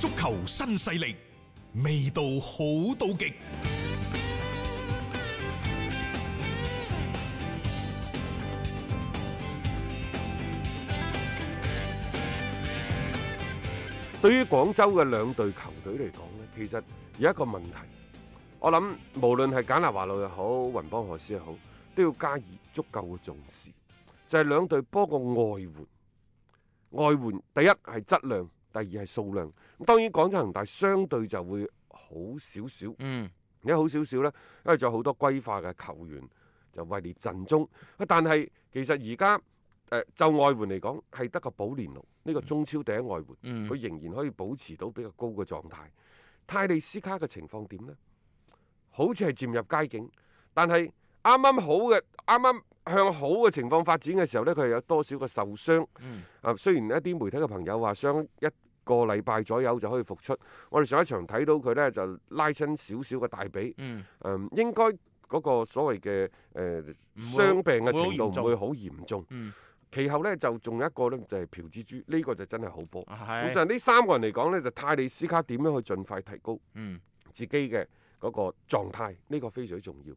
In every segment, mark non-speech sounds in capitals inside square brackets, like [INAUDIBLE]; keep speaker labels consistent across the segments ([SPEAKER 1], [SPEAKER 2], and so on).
[SPEAKER 1] 球新勢力，味道好到極。
[SPEAKER 2] 對於廣州嘅兩隊球隊嚟講呢，其實有一個問題，我諗無論係簡拿華路又好，雲邦何斯又好，都要加以足夠嘅重視。就係、兩隊波個外援，外援第一係質量，第二係數量。咁當然廣州恒大相對就會好少少，
[SPEAKER 3] 嗯，
[SPEAKER 2] 而家好少少呢，因為仲有好多歸化嘅球員就位列陣中。啊但係其實而家誒就外援嚟講，係得個保連奴呢、個中超第一外援。
[SPEAKER 3] 嗯
[SPEAKER 2] 佢仍然可以保持到比較高嘅狀態。泰利斯卡嘅情況點呢？好似係漸入佳境，但係啱啱好嘅，啱啱向好嘅情況發展嘅時候呢，佢係有多少嘅受傷？
[SPEAKER 3] 嗯
[SPEAKER 2] 啊，雖然一啲媒體嘅朋友話傷一個禮拜左右就可以復出，我哋上一場睇到佢呢，就拉親少少嘅大髀，
[SPEAKER 3] 嗯，
[SPEAKER 2] 嗯，應該嗰個所謂嘅誒、呃、
[SPEAKER 3] 唔會好
[SPEAKER 2] 傷病嘅
[SPEAKER 3] 唔會好
[SPEAKER 2] 程度
[SPEAKER 3] 嚴重
[SPEAKER 2] 唔會好嚴重。
[SPEAKER 3] 嗯
[SPEAKER 2] 其後呢，就仲有一個呢，就係、朴蜘蛛，呢、個就真係好波。咁
[SPEAKER 3] 嗯係，
[SPEAKER 2] 就呢三個人嚟講呢，就泰利斯卡點樣去盡快提高
[SPEAKER 3] 嗯
[SPEAKER 2] 自己嘅嗰個狀態，呢、個非常之重要。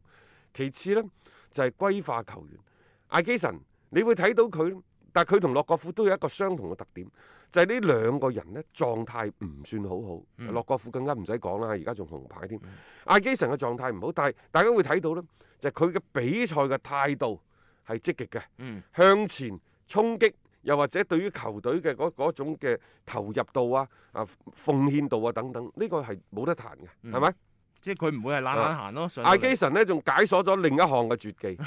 [SPEAKER 2] 其次呢，就係、歸化球員艾基臣，你會睇到佢，但係佢同洛國富都有一個相同嘅特點，就係、呢兩個人呢狀態唔算好好。
[SPEAKER 3] 嗯
[SPEAKER 2] 洛國富更加唔使講啦，而家仲紅牌添。艾基臣嘅狀態唔好，但係大家會睇到呢，就係佢嘅比賽嘅態度係積極嘅。
[SPEAKER 3] 嗯
[SPEAKER 2] 向前衝擊，又或者對於球隊嘅嗰嗰種嘅投入度啊、啊奉獻度啊等等，呢、個係冇得彈嘅，
[SPEAKER 3] 嗯
[SPEAKER 2] 係咪、
[SPEAKER 3] 即係佢唔會係懶懶行咯，上到嚟
[SPEAKER 2] 艾啊基神呢仲解鎖咗另一項嘅絕
[SPEAKER 3] [LAUGHS]
[SPEAKER 2] 技，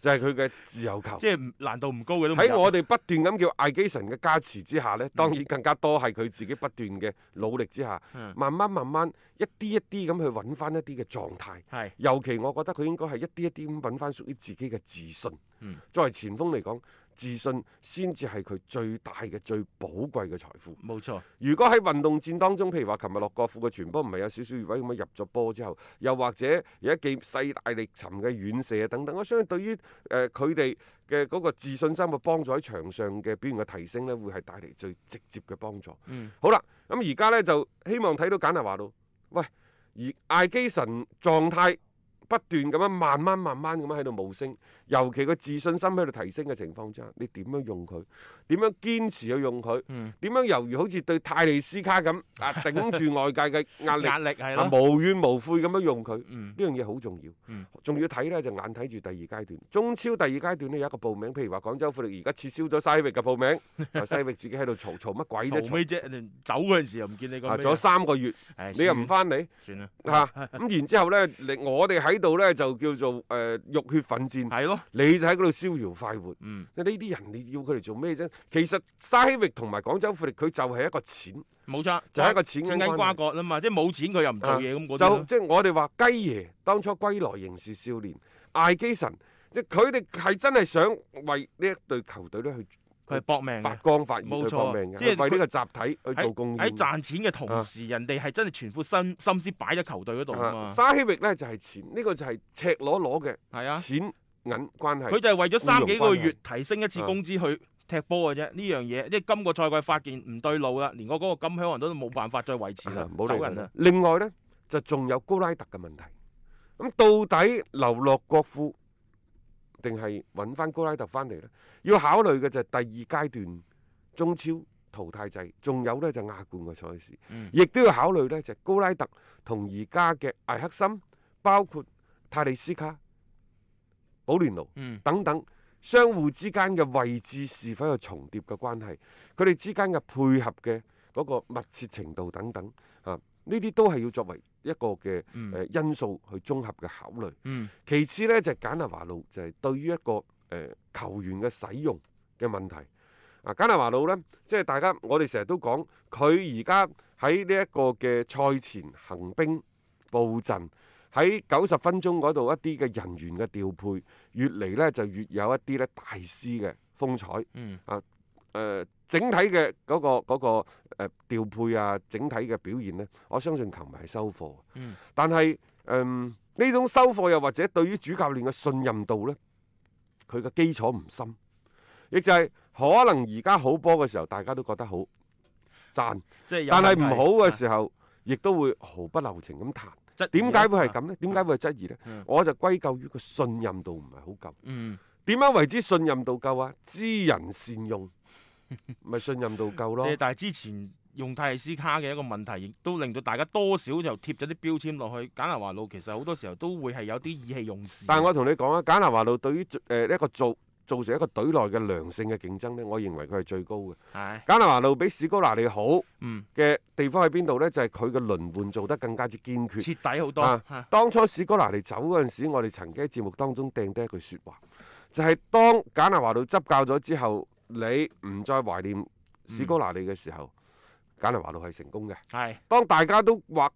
[SPEAKER 2] 就係佢嘅自由球。
[SPEAKER 3] 即係唔難度唔高嘅都唔
[SPEAKER 2] 喺
[SPEAKER 3] 入嗯
[SPEAKER 2] 我哋不斷咁叫艾基神嘅加持之下呢，當然更加多係佢自己不斷嘅努力之下，
[SPEAKER 3] 嗯
[SPEAKER 2] 慢慢慢慢一啲一啲咁去揾翻一啲嘅狀態。
[SPEAKER 3] 係
[SPEAKER 2] 尤其我覺得佢應該係一啲一啲咁揾翻屬於自己嘅自信。
[SPEAKER 3] 嗯
[SPEAKER 2] 作為前鋒嚟講，自信先至係佢最大嘅、最寶貴嘅財富。
[SPEAKER 3] 冇錯，
[SPEAKER 2] 如果喺運動戰當中，譬如話琴日洛國富嘅傳波唔係有少少越位咁樣入咗波之後，又或者有一記勢大力沉嘅遠射等等，我相信對於誒佢哋嘅嗰個自信心嘅幫助喺場上嘅表現嘅提升呢，會係帶嚟最直接嘅幫助。
[SPEAKER 3] 嗯
[SPEAKER 2] 好啦，咁而家呢，就希望睇到簡拿華路，喂，而艾基神狀態不斷咁樣慢慢慢慢咁樣喺度冒升，尤其佢自信心喺度提升嘅情況之下，你點樣用佢？點樣堅持去用佢？
[SPEAKER 3] 嗯，
[SPEAKER 2] 點樣猶如好似對泰利斯卡
[SPEAKER 3] [LAUGHS]
[SPEAKER 2] 咁啊，頂住外界嘅壓力，
[SPEAKER 3] 壓力係
[SPEAKER 2] 啊
[SPEAKER 3] 咯，
[SPEAKER 2] 無怨無悔咁樣用佢？
[SPEAKER 3] 嗯
[SPEAKER 2] 呢樣嘢好重要
[SPEAKER 3] 嗯，
[SPEAKER 2] 仲要睇呢，就眼睇住第二階段，中超第二階段呢，有一個報名，譬如話廣州富力而家撤銷咗西域嘅報名，
[SPEAKER 3] [LAUGHS]
[SPEAKER 2] 話西域自己喺度嘈嘈乜鬼啫
[SPEAKER 3] 嘈
[SPEAKER 2] 嘈
[SPEAKER 3] 尾啫，你走嗰陣時又唔見你個
[SPEAKER 2] 啊，
[SPEAKER 3] 咩
[SPEAKER 2] 仲有三個月，
[SPEAKER 3] 唉
[SPEAKER 2] 你又唔翻嚟
[SPEAKER 3] 算啦，
[SPEAKER 2] 嚇，咁然之後呢，你我哋喺度呢，就叫做誒浴血奮戰，
[SPEAKER 3] 係咯，
[SPEAKER 2] 你就喺嗰度逍遙快活。
[SPEAKER 3] 啊嗯
[SPEAKER 2] 呢啲人你要佢嚟做咩啫？其實西域同埋廣州富力佢就係一個錢，
[SPEAKER 3] 冇錯，
[SPEAKER 2] 就係一個錢
[SPEAKER 3] 啊錢銀
[SPEAKER 2] 銀
[SPEAKER 3] 瓜葛啦啊嘛，即係冇錢佢又唔做嘢咁嗰啲
[SPEAKER 2] 就
[SPEAKER 3] 咯
[SPEAKER 2] 即係我哋話雞爺當初歸來仍是少年，艾基神即係佢哋係真係想為呢一隊球隊咧去
[SPEAKER 3] 佢係搏命
[SPEAKER 2] 發
[SPEAKER 3] 嘅。
[SPEAKER 2] 光發熱
[SPEAKER 3] 冇
[SPEAKER 2] 去搏
[SPEAKER 3] 錯
[SPEAKER 2] 命嘅，
[SPEAKER 3] 即係
[SPEAKER 2] 去為呢個集體去做貢
[SPEAKER 3] 喺
[SPEAKER 2] 獻。
[SPEAKER 3] 賺錢嘅同
[SPEAKER 2] 啊
[SPEAKER 3] 時，人哋係真係全副心心思擺咗球隊嗰度啊嘛，
[SPEAKER 2] 沙希域呢就係錢，呢、個就係赤裸裸嘅
[SPEAKER 3] 係啊，
[SPEAKER 2] 錢銀關係。
[SPEAKER 3] 佢就係為咗三幾個月提升一次
[SPEAKER 2] 啊
[SPEAKER 3] 工資去踢波嘅啫。呢樣嘢，即係今個賽季發現唔對路啦，連我嗰個金香人都冇辦法再維持啦
[SPEAKER 2] 啊，冇
[SPEAKER 3] 走
[SPEAKER 2] 理
[SPEAKER 3] 人
[SPEAKER 2] 佢
[SPEAKER 3] 啦。
[SPEAKER 2] 另外呢，就仲有高拉特嘅問題。咁到底流落國庫定係揾翻高拉特翻嚟呢？要考慮嘅就係第二階段中超淘汰制，仲有呢就亞冠嘅賽事，
[SPEAKER 3] 嗯
[SPEAKER 2] 亦都要考慮呢就係高拉特同而家嘅艾克森，包括泰利斯卡、保連奴。
[SPEAKER 3] 嗯
[SPEAKER 2] 等等，相互之間嘅位置是否有重疊嘅關係，佢哋之間嘅配合嘅嗰個密切程度等等啊，呢啲都係要作為一個嘅誒、
[SPEAKER 3] 嗯
[SPEAKER 2] 呃因素去綜合嘅考慮。
[SPEAKER 3] 嗯
[SPEAKER 2] 其次呢，就係、簡拿華路就係、對於一個誒、呃球員嘅使用嘅問題。啊，簡拿華路呢，即係大家我哋成日都講，佢而家喺呢一個嘅賽前行兵布陣，喺九十分鐘嗰度一啲嘅人員嘅調配，越嚟呢就越有一啲呢大師嘅風采。啊
[SPEAKER 3] 嗯
[SPEAKER 2] 誒、整體嘅嗰、個嗰、個呃調配啊，整體嘅表現呢，我相信球迷係收貨。
[SPEAKER 3] 嗯
[SPEAKER 2] 但係誒呢種收貨又或者對於主教練嘅信任度呢，佢嘅基礎唔深，亦就係可能而家好波嘅時候，大家都覺得好。讚，
[SPEAKER 3] 即係有
[SPEAKER 2] 但係
[SPEAKER 3] 問題
[SPEAKER 2] 唔好嘅時候，亦都會毫不留情咁彈。
[SPEAKER 3] 質疑
[SPEAKER 2] 點解會係
[SPEAKER 3] 啦？
[SPEAKER 2] 咁呢？點解會係質疑呢？
[SPEAKER 3] 嗯
[SPEAKER 2] 我就歸咎於個信任度唔係好夠。
[SPEAKER 3] 嗯，
[SPEAKER 2] 點樣為之信任度夠啊？知人善用，咪信任度夠
[SPEAKER 3] [LAUGHS] 即
[SPEAKER 2] 咯。
[SPEAKER 3] 係但係之前用泰利斯卡嘅一個問題，亦都令到大家多少就貼咗啲標籤落去。簡南華路其實好多時候都會係有啲意氣用事。
[SPEAKER 2] 但係我同你講啊，簡拿華路對於誒一個造造成一個隊內嘅良性嘅競爭呢，我認為佢係最高嘅。
[SPEAKER 3] 係
[SPEAKER 2] 簡拿華路比史高拿利好
[SPEAKER 3] 嗯
[SPEAKER 2] 嘅地方喺邊度呢？就係佢嘅輪換做得更加之堅決。
[SPEAKER 3] 徹底好多
[SPEAKER 2] 啊
[SPEAKER 3] 嚇
[SPEAKER 2] 當初史高拿利走嗰陣時，我哋曾經喺節目當中掟低一句説話，就係、當簡拿華路執教咗之後，你唔再懷念史高拿利嘅時候，簡拿華路係成功嘅。
[SPEAKER 3] 係
[SPEAKER 2] 當大家都或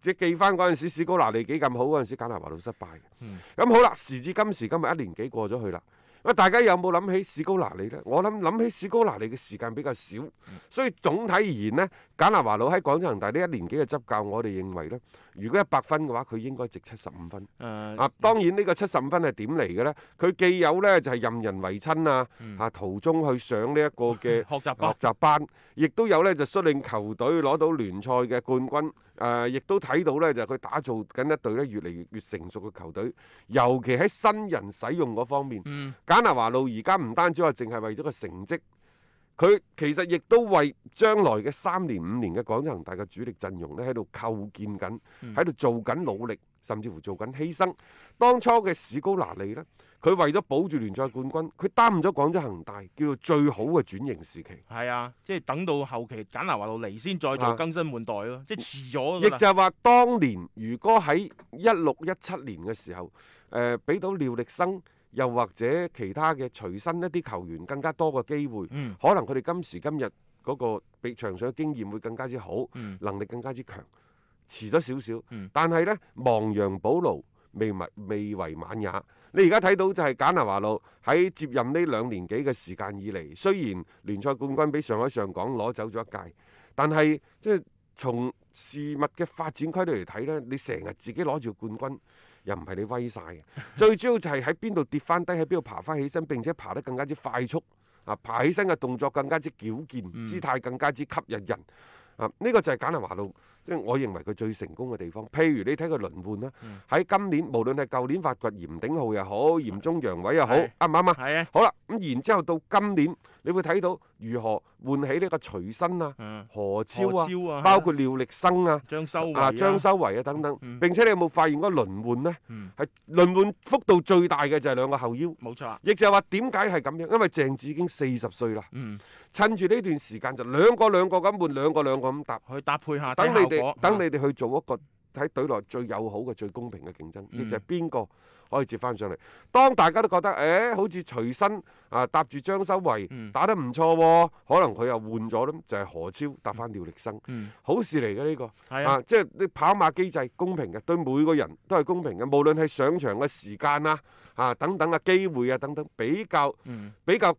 [SPEAKER 2] 者記翻嗰陣時，史高拿利幾咁好嗰陣時，簡拿華路失敗嘅。咁、
[SPEAKER 3] 嗯
[SPEAKER 2] 好啦，時至今時今日，一年幾過咗去啦。喂，大家有冇諗起史高拿利呢？我諗諗起史高拿利嘅時間比較少，
[SPEAKER 3] 嗯
[SPEAKER 2] 所以總體而言呢，簡拿華路喺廣州恒大呢一年幾嘅執教，我哋認為呢，如果一百分嘅話，佢應該值七十五分。
[SPEAKER 3] 誒嗯
[SPEAKER 2] 啊，當然呢個七十五分係點嚟嘅呢？佢既有呢就係、任人唯親啊，
[SPEAKER 3] 嗯
[SPEAKER 2] 啊途中去上呢一個嘅。
[SPEAKER 3] 學習班
[SPEAKER 2] 學習班，亦都有呢就率領球隊攞到聯賽嘅冠軍。誒、亦都睇到呢就佢打造緊一隊呢越嚟越越成熟嘅球隊，尤其喺新人使用嗰方面，
[SPEAKER 3] 嗯。
[SPEAKER 2] 簡拿華路而家唔單止話淨係為咗個成績，佢其實亦都為將來嘅三年五年嘅廣州恒大嘅主力陣容呢喺度構建緊，
[SPEAKER 3] 嗯
[SPEAKER 2] 喺度做緊努力，甚至乎做緊犧牲。當初嘅史高拿利呢，佢為咗保住聯賽冠軍，佢擔咗廣州恒大叫做最好嘅轉型時期。
[SPEAKER 3] 係啊，即係等到後期簡拿華路嚟先再做
[SPEAKER 2] 啊
[SPEAKER 3] 更新換代咯，即係遲咗
[SPEAKER 2] 亦
[SPEAKER 3] 㗎
[SPEAKER 2] 就
[SPEAKER 3] 啦
[SPEAKER 2] 係話，當年如果喺一六一七年嘅時候，誒、俾到廖力生又或者其他嘅隨身一啲球員更加多嘅機會，
[SPEAKER 3] 嗯
[SPEAKER 2] 可能佢哋今時今日嗰個比場上嘅經驗會更加之好，
[SPEAKER 3] 嗯
[SPEAKER 2] 能力更加之強。遲咗少少，
[SPEAKER 3] 嗯
[SPEAKER 2] 但係呢，亡羊補牢，未為未為晚也。你而家睇到就係簡拿華路喺接任呢兩年幾嘅時間以嚟，雖然聯賽冠軍俾上海上港攞走咗一屆，但係即係從事物嘅發展規律嚟睇呢，你成日自己攞住冠軍，又唔係你威晒嘅。 [LAUGHS] 最主要就係喺邊度跌翻低，喺邊度爬翻起身，並且爬得更加之快速。啊，爬起身嘅動作更加之矯健，
[SPEAKER 3] 嗯
[SPEAKER 2] 姿態更加之吸引人。啊，呢、個就係簡拿華路。即係我認為佢最成功嘅地方。譬如你睇佢輪換啦
[SPEAKER 3] 嗯，
[SPEAKER 2] 喺、今年無論係舊年發掘嚴鼎浩又好，嚴中陽偉又好，
[SPEAKER 3] 係
[SPEAKER 2] 啱唔啱啊？
[SPEAKER 3] 係啊，
[SPEAKER 2] 好啦，咁然之後到今年，你會睇到如何喚起呢個徐新啊、
[SPEAKER 3] 嗯，
[SPEAKER 2] 何
[SPEAKER 3] 何
[SPEAKER 2] 超啊，
[SPEAKER 3] 超啊，
[SPEAKER 2] 包括廖力生啊、
[SPEAKER 3] 張修維
[SPEAKER 2] 啊張，修維啊等等。
[SPEAKER 3] 嗯
[SPEAKER 2] 並且你有冇發現嗰個輪換呢？
[SPEAKER 3] 嗯，
[SPEAKER 2] 係輪換幅度最大嘅就係兩個後腰。
[SPEAKER 3] 冇錯啊，
[SPEAKER 2] 亦就係話點解係咁樣？因為鄭智已經四十歲啦，
[SPEAKER 3] 嗯，
[SPEAKER 2] 趁住呢段時間就兩個兩個咁換，兩個兩個咁搭。
[SPEAKER 3] 去搭配下
[SPEAKER 2] 等
[SPEAKER 3] 睇
[SPEAKER 2] 你
[SPEAKER 3] 效
[SPEAKER 2] 哋
[SPEAKER 3] 果啊
[SPEAKER 2] 等你哋去做一個喺隊內最友好嘅、最公平嘅競爭，
[SPEAKER 3] 嗯
[SPEAKER 2] 呢就係邊個可以接翻上嚟？當大家都覺得誒、好似隨身啊搭住張修維、
[SPEAKER 3] 嗯
[SPEAKER 2] 打得唔錯喎，可能佢又換咗啦，就係、何超搭翻廖力生，
[SPEAKER 3] 嗯，
[SPEAKER 2] 好事嚟嘅呢個。
[SPEAKER 3] 係啊，
[SPEAKER 2] 啊，即係你跑馬機制公平嘅，對每個人都係公平嘅，無論係上場嘅時間啊、啊等等啊、機會啊等等，比較
[SPEAKER 3] 嗯
[SPEAKER 2] 比較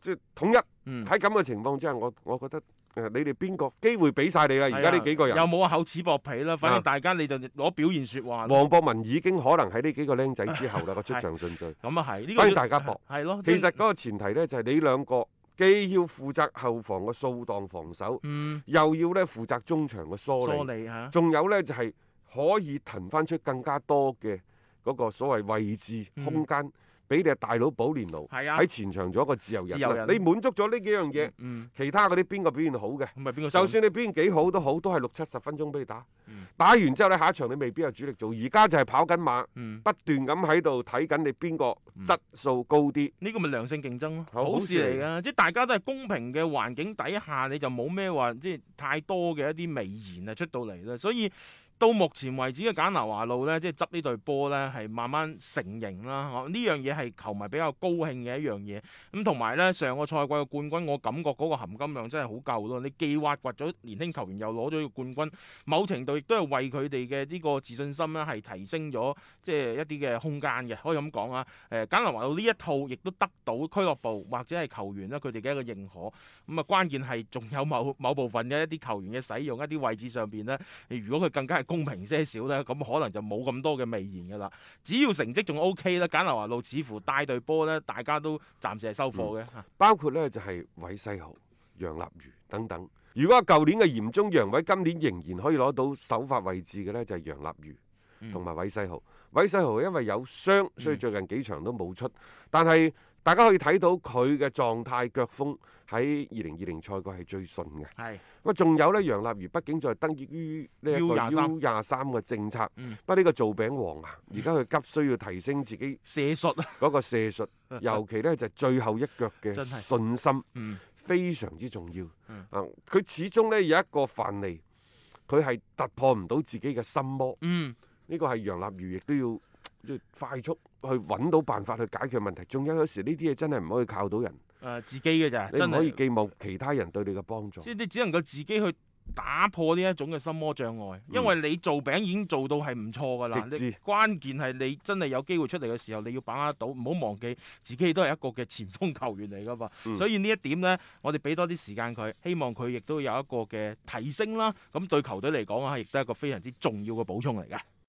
[SPEAKER 2] 即係統一。
[SPEAKER 3] 嗯，
[SPEAKER 2] 喺咁嘅情況之下，我我覺得誒、呃你哋邊個機會俾晒你
[SPEAKER 3] 啊
[SPEAKER 2] 啦？而家呢幾個人
[SPEAKER 3] 又。冇話厚此薄彼啦，反正
[SPEAKER 2] 啊
[SPEAKER 3] 大家你就攞表現説話咯，
[SPEAKER 2] 黃博文已經可能喺呢幾個僆仔之後啦，個出場順序。
[SPEAKER 3] 咁啊係呢
[SPEAKER 2] 反
[SPEAKER 3] 個
[SPEAKER 2] 正大家搏，
[SPEAKER 3] 係咯，
[SPEAKER 2] [LAUGHS] 其實嗰個前提呢，就係、你兩個既要負責後防嘅掃蕩防守，
[SPEAKER 3] 嗯
[SPEAKER 2] 又要呢負責中場嘅梳
[SPEAKER 3] 梳
[SPEAKER 2] 理，
[SPEAKER 3] 理嚇，
[SPEAKER 2] 仲有呢，就係、可以騰翻出更加多嘅嗰個所謂位置
[SPEAKER 3] 嗯
[SPEAKER 2] 空間，俾、你嘅大佬保連奴
[SPEAKER 3] 係啊
[SPEAKER 2] 喺，前場做一個自由人。啊
[SPEAKER 3] 自由人
[SPEAKER 2] 嗱你滿足咗呢幾樣嘢，
[SPEAKER 3] 嗯，
[SPEAKER 2] 其他嗰啲邊個表現好嘅？
[SPEAKER 3] 咁咪邊個上
[SPEAKER 2] 就算你表現幾好都好，都係六七十分鐘俾你打
[SPEAKER 3] 嗯。
[SPEAKER 2] 打完之後呢，下一場你未必有主力做。而家就係跑緊馬，
[SPEAKER 3] 嗯
[SPEAKER 2] 不斷咁喺度睇緊你邊個質素高啲。
[SPEAKER 3] 呢個咪良性競爭咯，
[SPEAKER 2] 好
[SPEAKER 3] 好
[SPEAKER 2] 好
[SPEAKER 3] 事
[SPEAKER 2] 事
[SPEAKER 3] 嚟
[SPEAKER 2] 嚟
[SPEAKER 3] 噶，即係大家都係公平嘅環境底下，你就冇咩話即係太多嘅一啲微言啊出到嚟啦。所以到目前為止嘅簡拿華路呢，即係執呢隊波呢，係慢慢成型啦。哦呢樣嘢係球迷比較高興嘅一樣嘢。咁同埋呢，上個賽季嘅冠軍，我感覺嗰個含金量真係好夠咯。你既挖掘咗年輕球員，又攞咗個冠軍，某程度亦都係為佢哋嘅呢個自信心呢，係提升咗即係一啲嘅空間嘅，可以咁講啊。誒簡南華路呢一套亦都得到俱樂部或者係球員啦佢哋嘅一個認可，咁、啊關鍵係仲有某 [LAUGHS] 某部分嘅一啲球員嘅使用一啲位置上邊呢，如果佢更加係公平些少呢，咁可能就冇咁多嘅微言㗎啦。只要成績仲 O K 啦，簡南華路似乎帶隊波呢，大家都暫時係收貨嘅。
[SPEAKER 2] 包括呢就係韋世豪，楊立瑜等等。如果舊年嘅嚴中楊偉，今年仍然可以攞到首發位置嘅呢，就係、楊立瑜
[SPEAKER 3] 嗯
[SPEAKER 2] 同埋韋世豪。韋世豪因為有傷，所以
[SPEAKER 3] 嗯
[SPEAKER 2] 最近幾場都冇出，但係。大家可以睇到佢嘅狀態腳風喺二零二零賽季係最順嘅。
[SPEAKER 3] 係
[SPEAKER 2] 咁啊，仲有呢，楊立瑜畢竟就係得益於呢一個
[SPEAKER 3] U23
[SPEAKER 2] U 廿三嘅政策，
[SPEAKER 3] 嗯
[SPEAKER 2] 不過呢個做餅王啊，而家佢急需要提升自己
[SPEAKER 3] 射術啊，
[SPEAKER 2] 嗰個射
[SPEAKER 3] [LAUGHS]
[SPEAKER 2] 術，尤其呢就係最後一腳嘅
[SPEAKER 3] 真係
[SPEAKER 2] 信心
[SPEAKER 3] 嗯
[SPEAKER 2] 非常之重要。
[SPEAKER 3] 嗯
[SPEAKER 2] 啊，佢始終呢有一個範例，佢係突破唔到自己嘅心魔，
[SPEAKER 3] 嗯
[SPEAKER 2] 呢個係楊立瑜亦都要即係快速去揾到辦法去解決問題。仲有有時呢啲嘢真係唔可以靠到人，
[SPEAKER 3] 誒自己嘅咋，
[SPEAKER 2] 你
[SPEAKER 3] 真
[SPEAKER 2] 唔可以
[SPEAKER 3] 係
[SPEAKER 2] 寄望其他人對你嘅幫助
[SPEAKER 3] 即。係你只能夠自己去打破呢一種嘅心魔障礙，因為你做餅已經做到係唔錯㗎啦。
[SPEAKER 2] 嗯極致
[SPEAKER 3] 你關鍵係你真係有機會出嚟嘅時候，你要把握到，唔好忘記自己都係一個嘅前鋒球員嚟㗎嘛。
[SPEAKER 2] 嗯
[SPEAKER 3] 所以呢一點呢，我哋俾多啲時間佢，希望佢亦都有一個嘅提升啦。咁對球隊嚟講啊，亦都係一個非常之重要嘅補充嚟㗎。